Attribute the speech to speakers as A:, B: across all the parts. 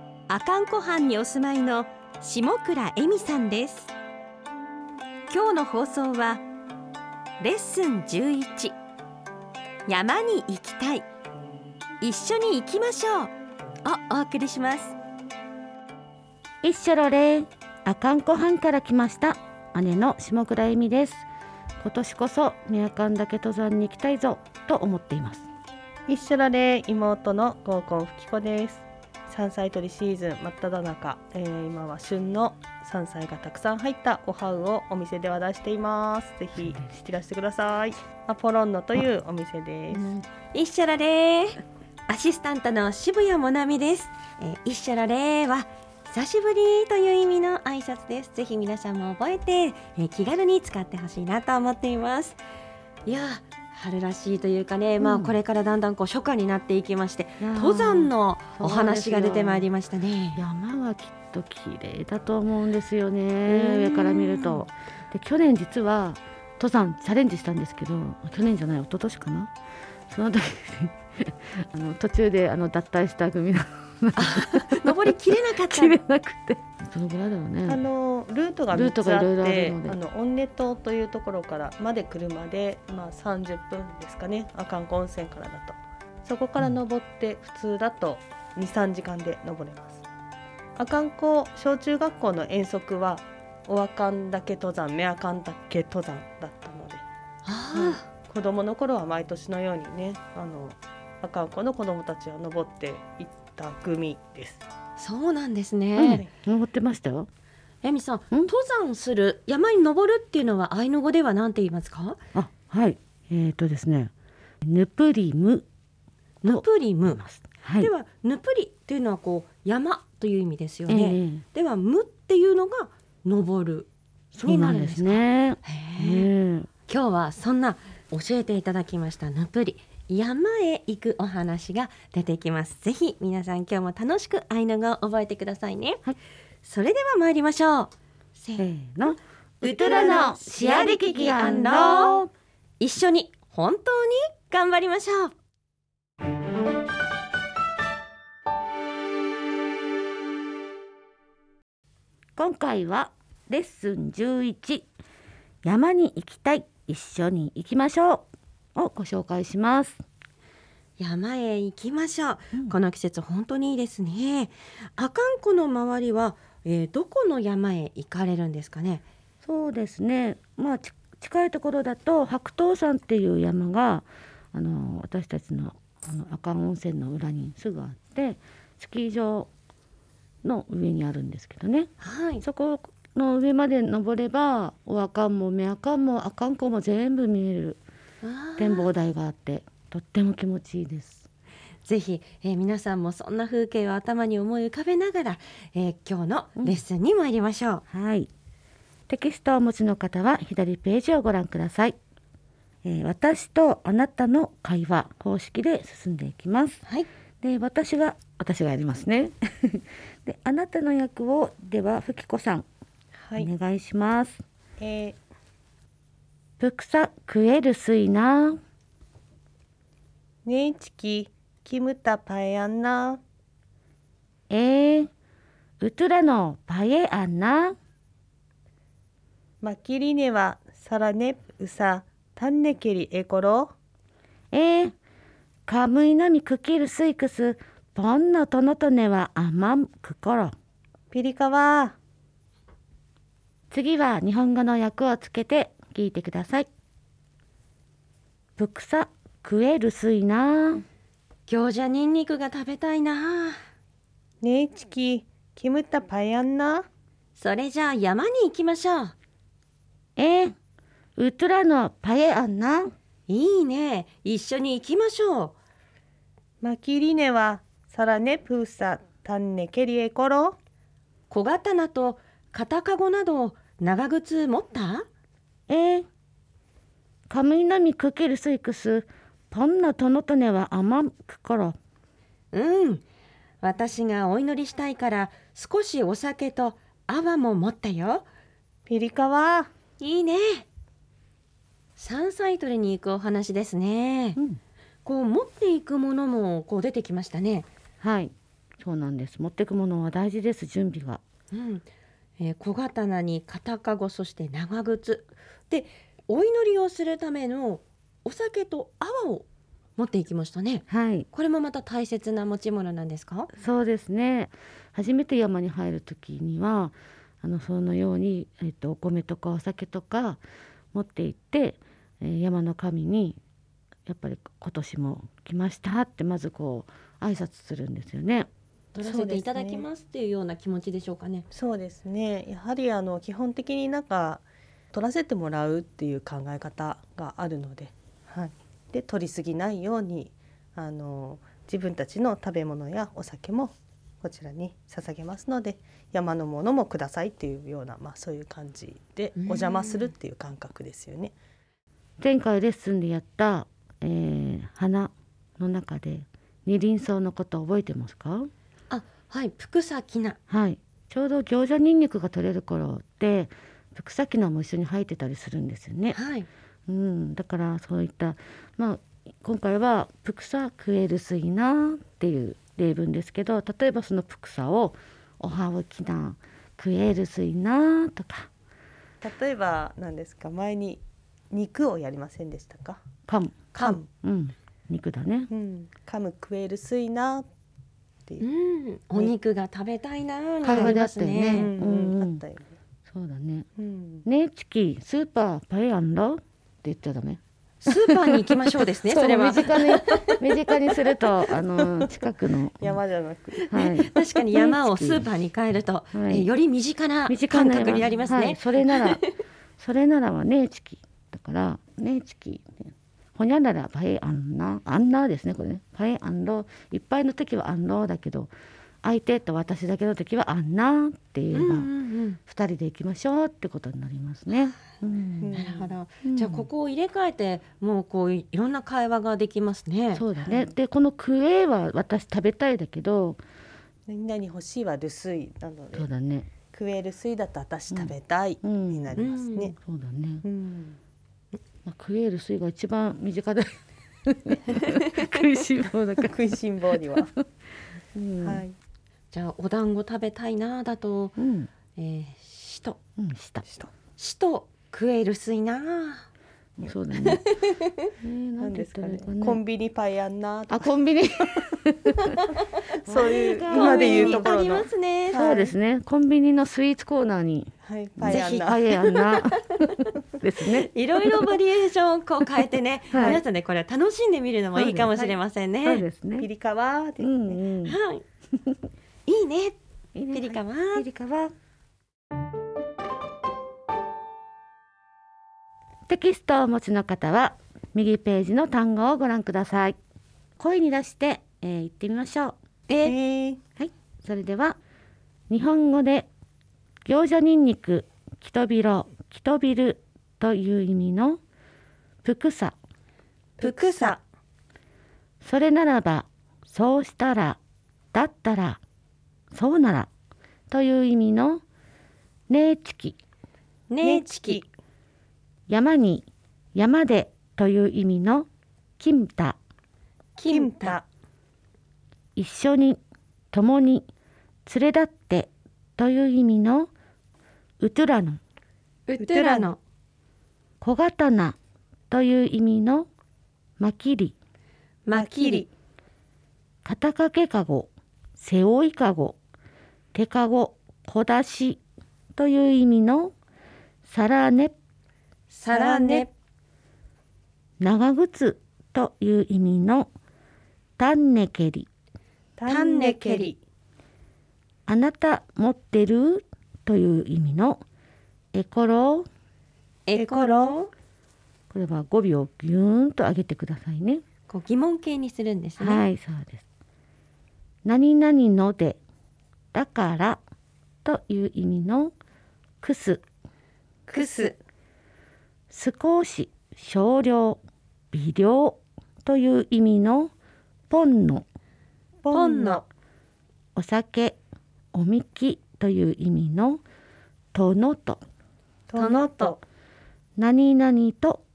A: 阿寒湖畔にお住まいの下倉恵美さんです今日の放送はレッスン11山に行きたい一緒に行きましょうをお送りします
B: 一緒ろれん阿寒湖畔から来ました姉の下倉恵美です今年こそ宮寒岳登山に行きたいぞと思っています
C: 一緒だね妹の合コンふきこです山菜採りシーズン真っ只中、えー、今は旬の山菜がたくさん入ったおはうをお店では出していますぜひ引き出してくださいアポロンノというお店です、
A: 一緒られーアシスタントの渋谷もなみです、えー、一緒られーは久しぶりという意味の挨拶ですぜひ皆さんも覚えて、えー気軽に使ってほしいなと思っていますいやー春らしいというかね、まあ
B: うん
A: これからだんだんこう初夏になっていきまして
B: いやー
A: 登山のお話
B: そうですよ
A: が出てまいりましたね
B: 山はきっと綺麗だと思うんですよね
A: うん
B: 上から見るとで去年実は登山チャレンジしたんですけど去年じゃない一昨年かなその時に あの途中であの脱退した組が
A: 登りきれなかった
B: 切 れなくてどのぐらいだろう
C: あ
B: ね
C: のルートが
B: ルー
C: 3
B: ト
C: つ
B: が
C: あっ
B: 色々あ
C: て
B: るので
C: あのオンネ島というところからまで車で、まあ、30分ですかね阿寒湖温泉からだとそこから登って普通だと23時間で登れます阿寒湖小中学校の遠足はお阿寒岳登山目阿寒岳登山だったので
A: あ
C: 子供の頃は毎年のようにねあの阿寒湖の子供たちは登っていった組です、
A: ーそうなんです
B: う
A: ね、
B: ん登ってましたよ
A: えみさん登山する山に登るっていうのはアイヌ語では何て言いますか
B: あはいえー、とですねヌプリム
A: ヌプリム
B: はい
A: ではぬぷりっていうのはこう山という意味ですよ
B: え
A: ね、
B: ー
A: ではむっていうのが登る
B: そうなんですね
A: へえ
B: ね
A: 今日はそんな教えていただきましたぬぷり山へ行くお話が出てきますぜひ皆さん今日も楽しくアイヌ語を覚えてくださいね、
B: はい
A: それでは参りましょうせ
B: え
A: ー
B: せ
A: の
B: ーの
A: ウトラのシアリキキアンロー一緒に本当に頑張りましょう
B: 今回はレッスン11山に行きたい一緒に行きましょうをご紹介します
A: 山へ行きましょう、
B: うん
A: この季節本当にいいですね阿寒湖の周りは、えーどこの山へ行かれるんですかね
B: そうですねまあち近いところだと白桃山っていう山があの私たちのあの阿寒温泉の裏にすぐあってスキー場の上にあるんですけどね
A: はい
B: そこの上まで登ればお阿寒も目阿寒も阿寒湖も全部見える展望台があってとっても気持ちいいです。
A: ぜひ、えー皆さんもそんな風景を頭に思い浮かべながら、えー今日のレッスンに参りましょう、
B: はい。テキストをお持ちの方は左ページをご覧ください。えー私とあなたの会話方式で進んでいきます。
A: はい
B: で、私は私がやりますね。 で、あなたの役をではふきこさん、
C: はい、
B: お願いします。
C: えー
B: ふくさ食えるすいな。
C: ねえちきキムタパエアンナ
B: えー、うつらのパエアンナ。
C: マキリネはサラネウサタンネケリエコロ
B: えー、カムイナミクキルスイクス。ポンのトノトネはあまんくころ。
C: ピリカワ
B: 次は日本語の訳をつけて聞いてください。ぶくさ食えるすいな。
A: 餃子ニンニクが食べたいな
C: ねえちきキムタパエアンナ
A: それじゃあ山に行きましょう
B: えー、うつらのパエアンな。
A: いいね一緒に行きましょう
C: マキリネはサラネプウサタンネケリエコロ
A: 小刀と片籠など長靴持った
B: ええカムイナミクキルスイクスパンナトノトネは甘くから
A: うん私がお祈りしたいから少しお酒と泡も持ったよ
C: ピリカワ
A: いいね山菜採りに行くお話ですね
B: うん
A: こう持っていくものもこう出てきましたね
B: はいそうなんです持ってくものは大事です準備が
A: うん、えー小刀に片籠そして長靴でお祈りをするためのお酒と泡を持っていきましたね
B: はい
A: これもまた大切な持ち物なんですか
B: そうですね初めて山に入る時にはあのそのように、えっとお米とかお酒とか持って行って、えー山の神にやっぱり今年も来ましたってまずこう挨拶するんですよね。
A: 取らせていただきますっていうような気持ちでしょうかね
C: そうですねやはりあの基本的になんか取らせてもらうっていう考え方があるので,、はい、で取りすぎないようにあの自分たちの食べ物やお酒もこちらに捧げますので山のものもくださいっていうような、まあ、そういう感じで
A: うん
C: お邪魔するっていう感覚ですよね。
B: 前回レッスンでやった、えー花の中で二輪草のこと覚えてますか
A: あはい福さきな
B: はいちょうど餃子ニンニクが取れる頃って福咲菜も一緒に生えてたりするんですよね。
A: はい
B: うん、だからそういった、まあ、今回は「プクサクエルスイナ」っていう例文ですけど例えばそのプクサを「おはおきなクエルスイナ」とか
C: 例えば何ですか前に肉をやりませんでしたか
B: 「かむ
C: 噛む、」
B: うん肉だね
C: うん、噛む食えるすいなっていうう、
A: んお肉が食べたいなーに
B: 会
A: な
B: 話
A: り
B: であ
A: ま
B: っ
A: す
B: たよ
C: う
B: ね
A: ね
C: ん
B: うんうん
C: あったよね、
B: そうだね
C: うん
B: 「ねえチキスーパーパエアンラ」って言っちゃダメ
A: スーパーに行きましょうですねそれは
B: う身近に身近にするとあの近く の
C: 山じゃなく
B: はい
A: 確かに山をスーパーに変えると、え
B: はい
A: ーより身近な
B: 身近
A: 感
B: な
A: 覚になります
B: はい
A: ね。
B: それ ならそれならはねチキだからねチキほにゃならパエアンナアンナですねこれねパエアンロいっぱいの時はアンロだけど相手と私だけの時はアンナっていうえ
A: ん
B: ば、
A: う
B: 二
A: んうん
B: 人で行きましょうってことになりますね。うん
A: なるほど、
B: うん
A: じゃあここを入れ替えてもうこういいろんな会話ができますね
B: そうだね、でこの「クエ」は私食べたいだけど
C: 何々欲しいは留守なので
B: そうだね
C: 食えるすいだと私食べたい
B: うん
C: になりますね。
B: そうだね、
C: うん
B: まあ、クエール水が一番身近だ 食いしん坊だから、
C: 食いしん坊には、
B: うん
C: はい、
A: じゃあお団子食べたいなだと、
B: うん
A: えー、しと
B: うんした
C: しと
A: しと食えるすいな
B: そうだね。 えー、な
C: 何
B: んて言
C: で
B: っ
C: す
B: た
C: から
B: いい
C: ね
B: かね。
C: コンビニパイやんなと
B: あ
C: か
B: コンビニ。
C: そういう
B: コンビニ
C: 今で言うとこ
A: あ
C: ろ
A: りま
C: の、
A: すね、
C: はい
B: そうですね。コンビニのスイーツコーナーに
C: はい、パイ
B: ぜ
C: やん
B: ひ
C: な
B: パエアン ナですね。
A: いろいろバリエーションをこう変えてね、
B: はい
A: 皆さんねこれは楽しんでみるのもいいかもしれませんね。
B: そうです
C: ピ
B: ね。
C: リカはって
B: う
C: 言ってね
B: んうん。
A: はい、 いいね
B: いいね
A: ピリカは、
B: ピリカは。テキストをお持ちの方は右ページの単語をご覧ください。声に出して、えー、言ってみましょう。
A: えー
C: えー
B: それでは日本語で餃子ニンニクキトビロキトビルという意味のプクサ
A: プクサ
B: それならばそうしたらだったらそうならという意味のネーチキ
A: ねえチキ
B: 山に山でという意味のキムタ
A: キ
C: キ
A: ン
C: ン
A: タ
C: タ
B: 一緒に共に連れ立ってという意味のウトゥラノン
A: ウ
C: トゥラノ
B: 小刀という意味のまきり
A: マキリ
B: 肩掛けかご背負いかご手かご小出しという意味のさらね
A: サラネ
B: 長靴という意味のタンネケリ
A: タンネケリ
B: あなた持ってるという意味のエコロ
A: エコロ
B: これは5秒ギューンと上げてくださいね
A: こう疑問形にするんですね。
B: はい、そうです。何々のでだからという意味のくす
A: クス
B: 少し少量微量という意味のポンの
A: ポンの
B: お酒おみきという意味のとのと
C: とのと
B: 何々と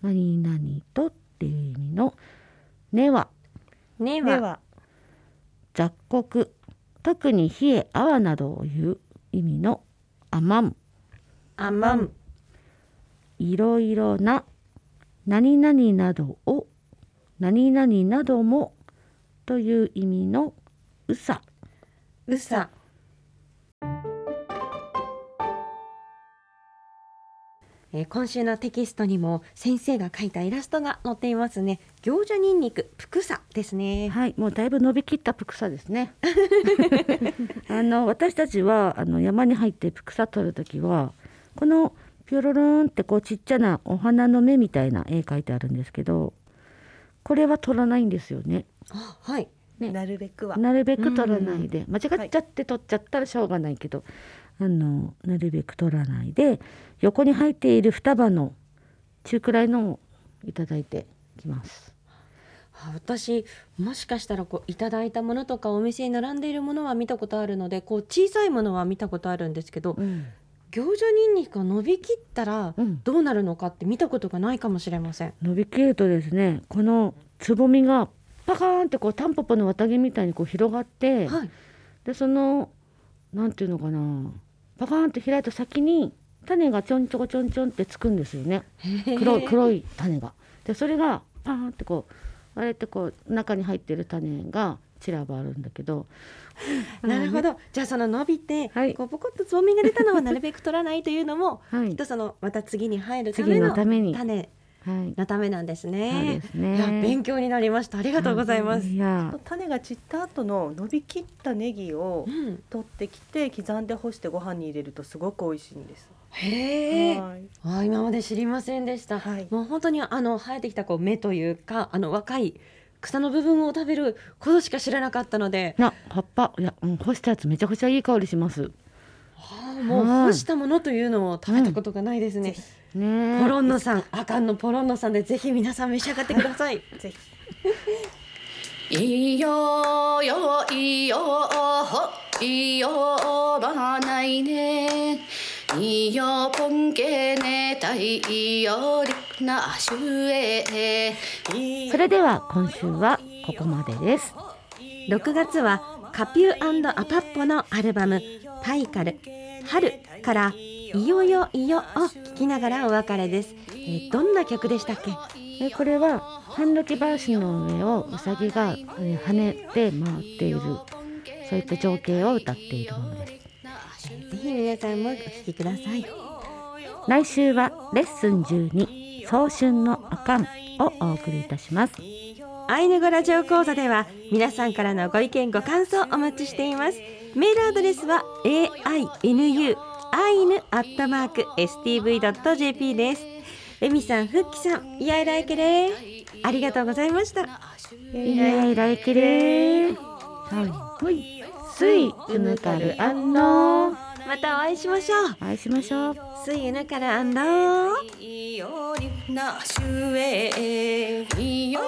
B: 何々とっていう意味の根は
A: ね
C: で
A: は
C: は
B: 雑穀特に冷え泡などを言う意味のあまん
A: あまん
B: いろいろな何々などを何々などもという意味のうさ
A: うさえー今週のテキストにも先生が描いたイラストが載っていますね行者ニンニクプクサですね
B: はい、もうだいぶ伸びきったプクサですね。あの私たちはあの山に入ってプクサ取るときはこのピョロローンってこうちっちゃなお花の芽みたいな絵描いてあるんですけど、これは取らないんですよね。
A: あはい
B: ね
C: なるべくは
B: なるべく取らないで、間違っちゃって取っちゃったらしょうがないけど、あのなるべく取らないで横に入っている双葉の中くらいのをいただいてきます。
A: あ私もしかしたらこういただいたものとかお店に並んでいるものは見たことあるのでこう小さいものは見たことあるんですけど
B: うん、
A: 行者ニンニクが伸びきったら
B: うん
A: どうなるのかって見たことがないかもしれません
B: 伸びきるとですねこのつぼみがパカーンってこうタンポポの綿毛みたいにこう広がって、
A: はい
B: でそのなんていうのかなパカーンって開いた先に種がちょんちょこちょんちょんってつくんですよね黒い黒い種が。でそれがパーンってこうあれってこう中に入ってる種が散らばるんだけど
A: なるほどじゃあその伸びて、
B: はい
A: こうポコッとつぼみが出たのはなるべく取らないというのも
B: はい
A: きっとそのまた次に入るた
B: 次
A: め
B: の
A: の
B: ために。はい、
A: 種のためなんです
B: そう
A: ね
B: で。すね。
A: いや勉強になりましたありがとうございます。
B: いや
C: 種が散った後の伸びきったネギを
A: うん、
C: 取ってきて刻んで干してご飯に入れるとすごく美味しいんです。
A: へえ、
C: はい
A: あ今まで知りませんでした。
C: はい
A: もう本当にあの生えてきたこう芽というかあの若い草の部分を食べることしか知らなかったので、
B: な葉っぱいや、うん、干したやつめちゃくちゃいい香りします。
A: ああもう
B: はい
A: 干したものというのを食べたことがないですね。
B: ねえ
A: ポロンノさん、あかんのポロンノさんでぜひ皆さん召し上がってください。
C: ぜひ
D: いいよよいいよほいいよばないねいいよぽんけねたいいいよりくなしゅえ
B: それでは今週はここまでです
A: 6月はカピューアパッポのアルバム「パイカル春」から「いよよいよ」を聴きながらお別れです、えーどんな曲でしたっけ
B: えこれはハンドキバーシの上をウサギがえー跳ねて回っているそういった情景を歌っているものです
A: ぜひ皆さんもお聴きください
B: 来週はレッスン12早春のあかんをお送りいたします
A: アイヌ語ラジオ講座では皆さんからのご意見ご感想をお待ちしていますメールアドレスは ainu アイヌアットマーク stv.jp ですエミさん、フッキさん、イヤイライケレーありがとうございました
B: いない来きれーはいほいすいうぬかるあんの
A: またお会いしましょう
B: お会いしましょう
A: すいゆぬからあんだー
D: いいよりくなしゅえいいよ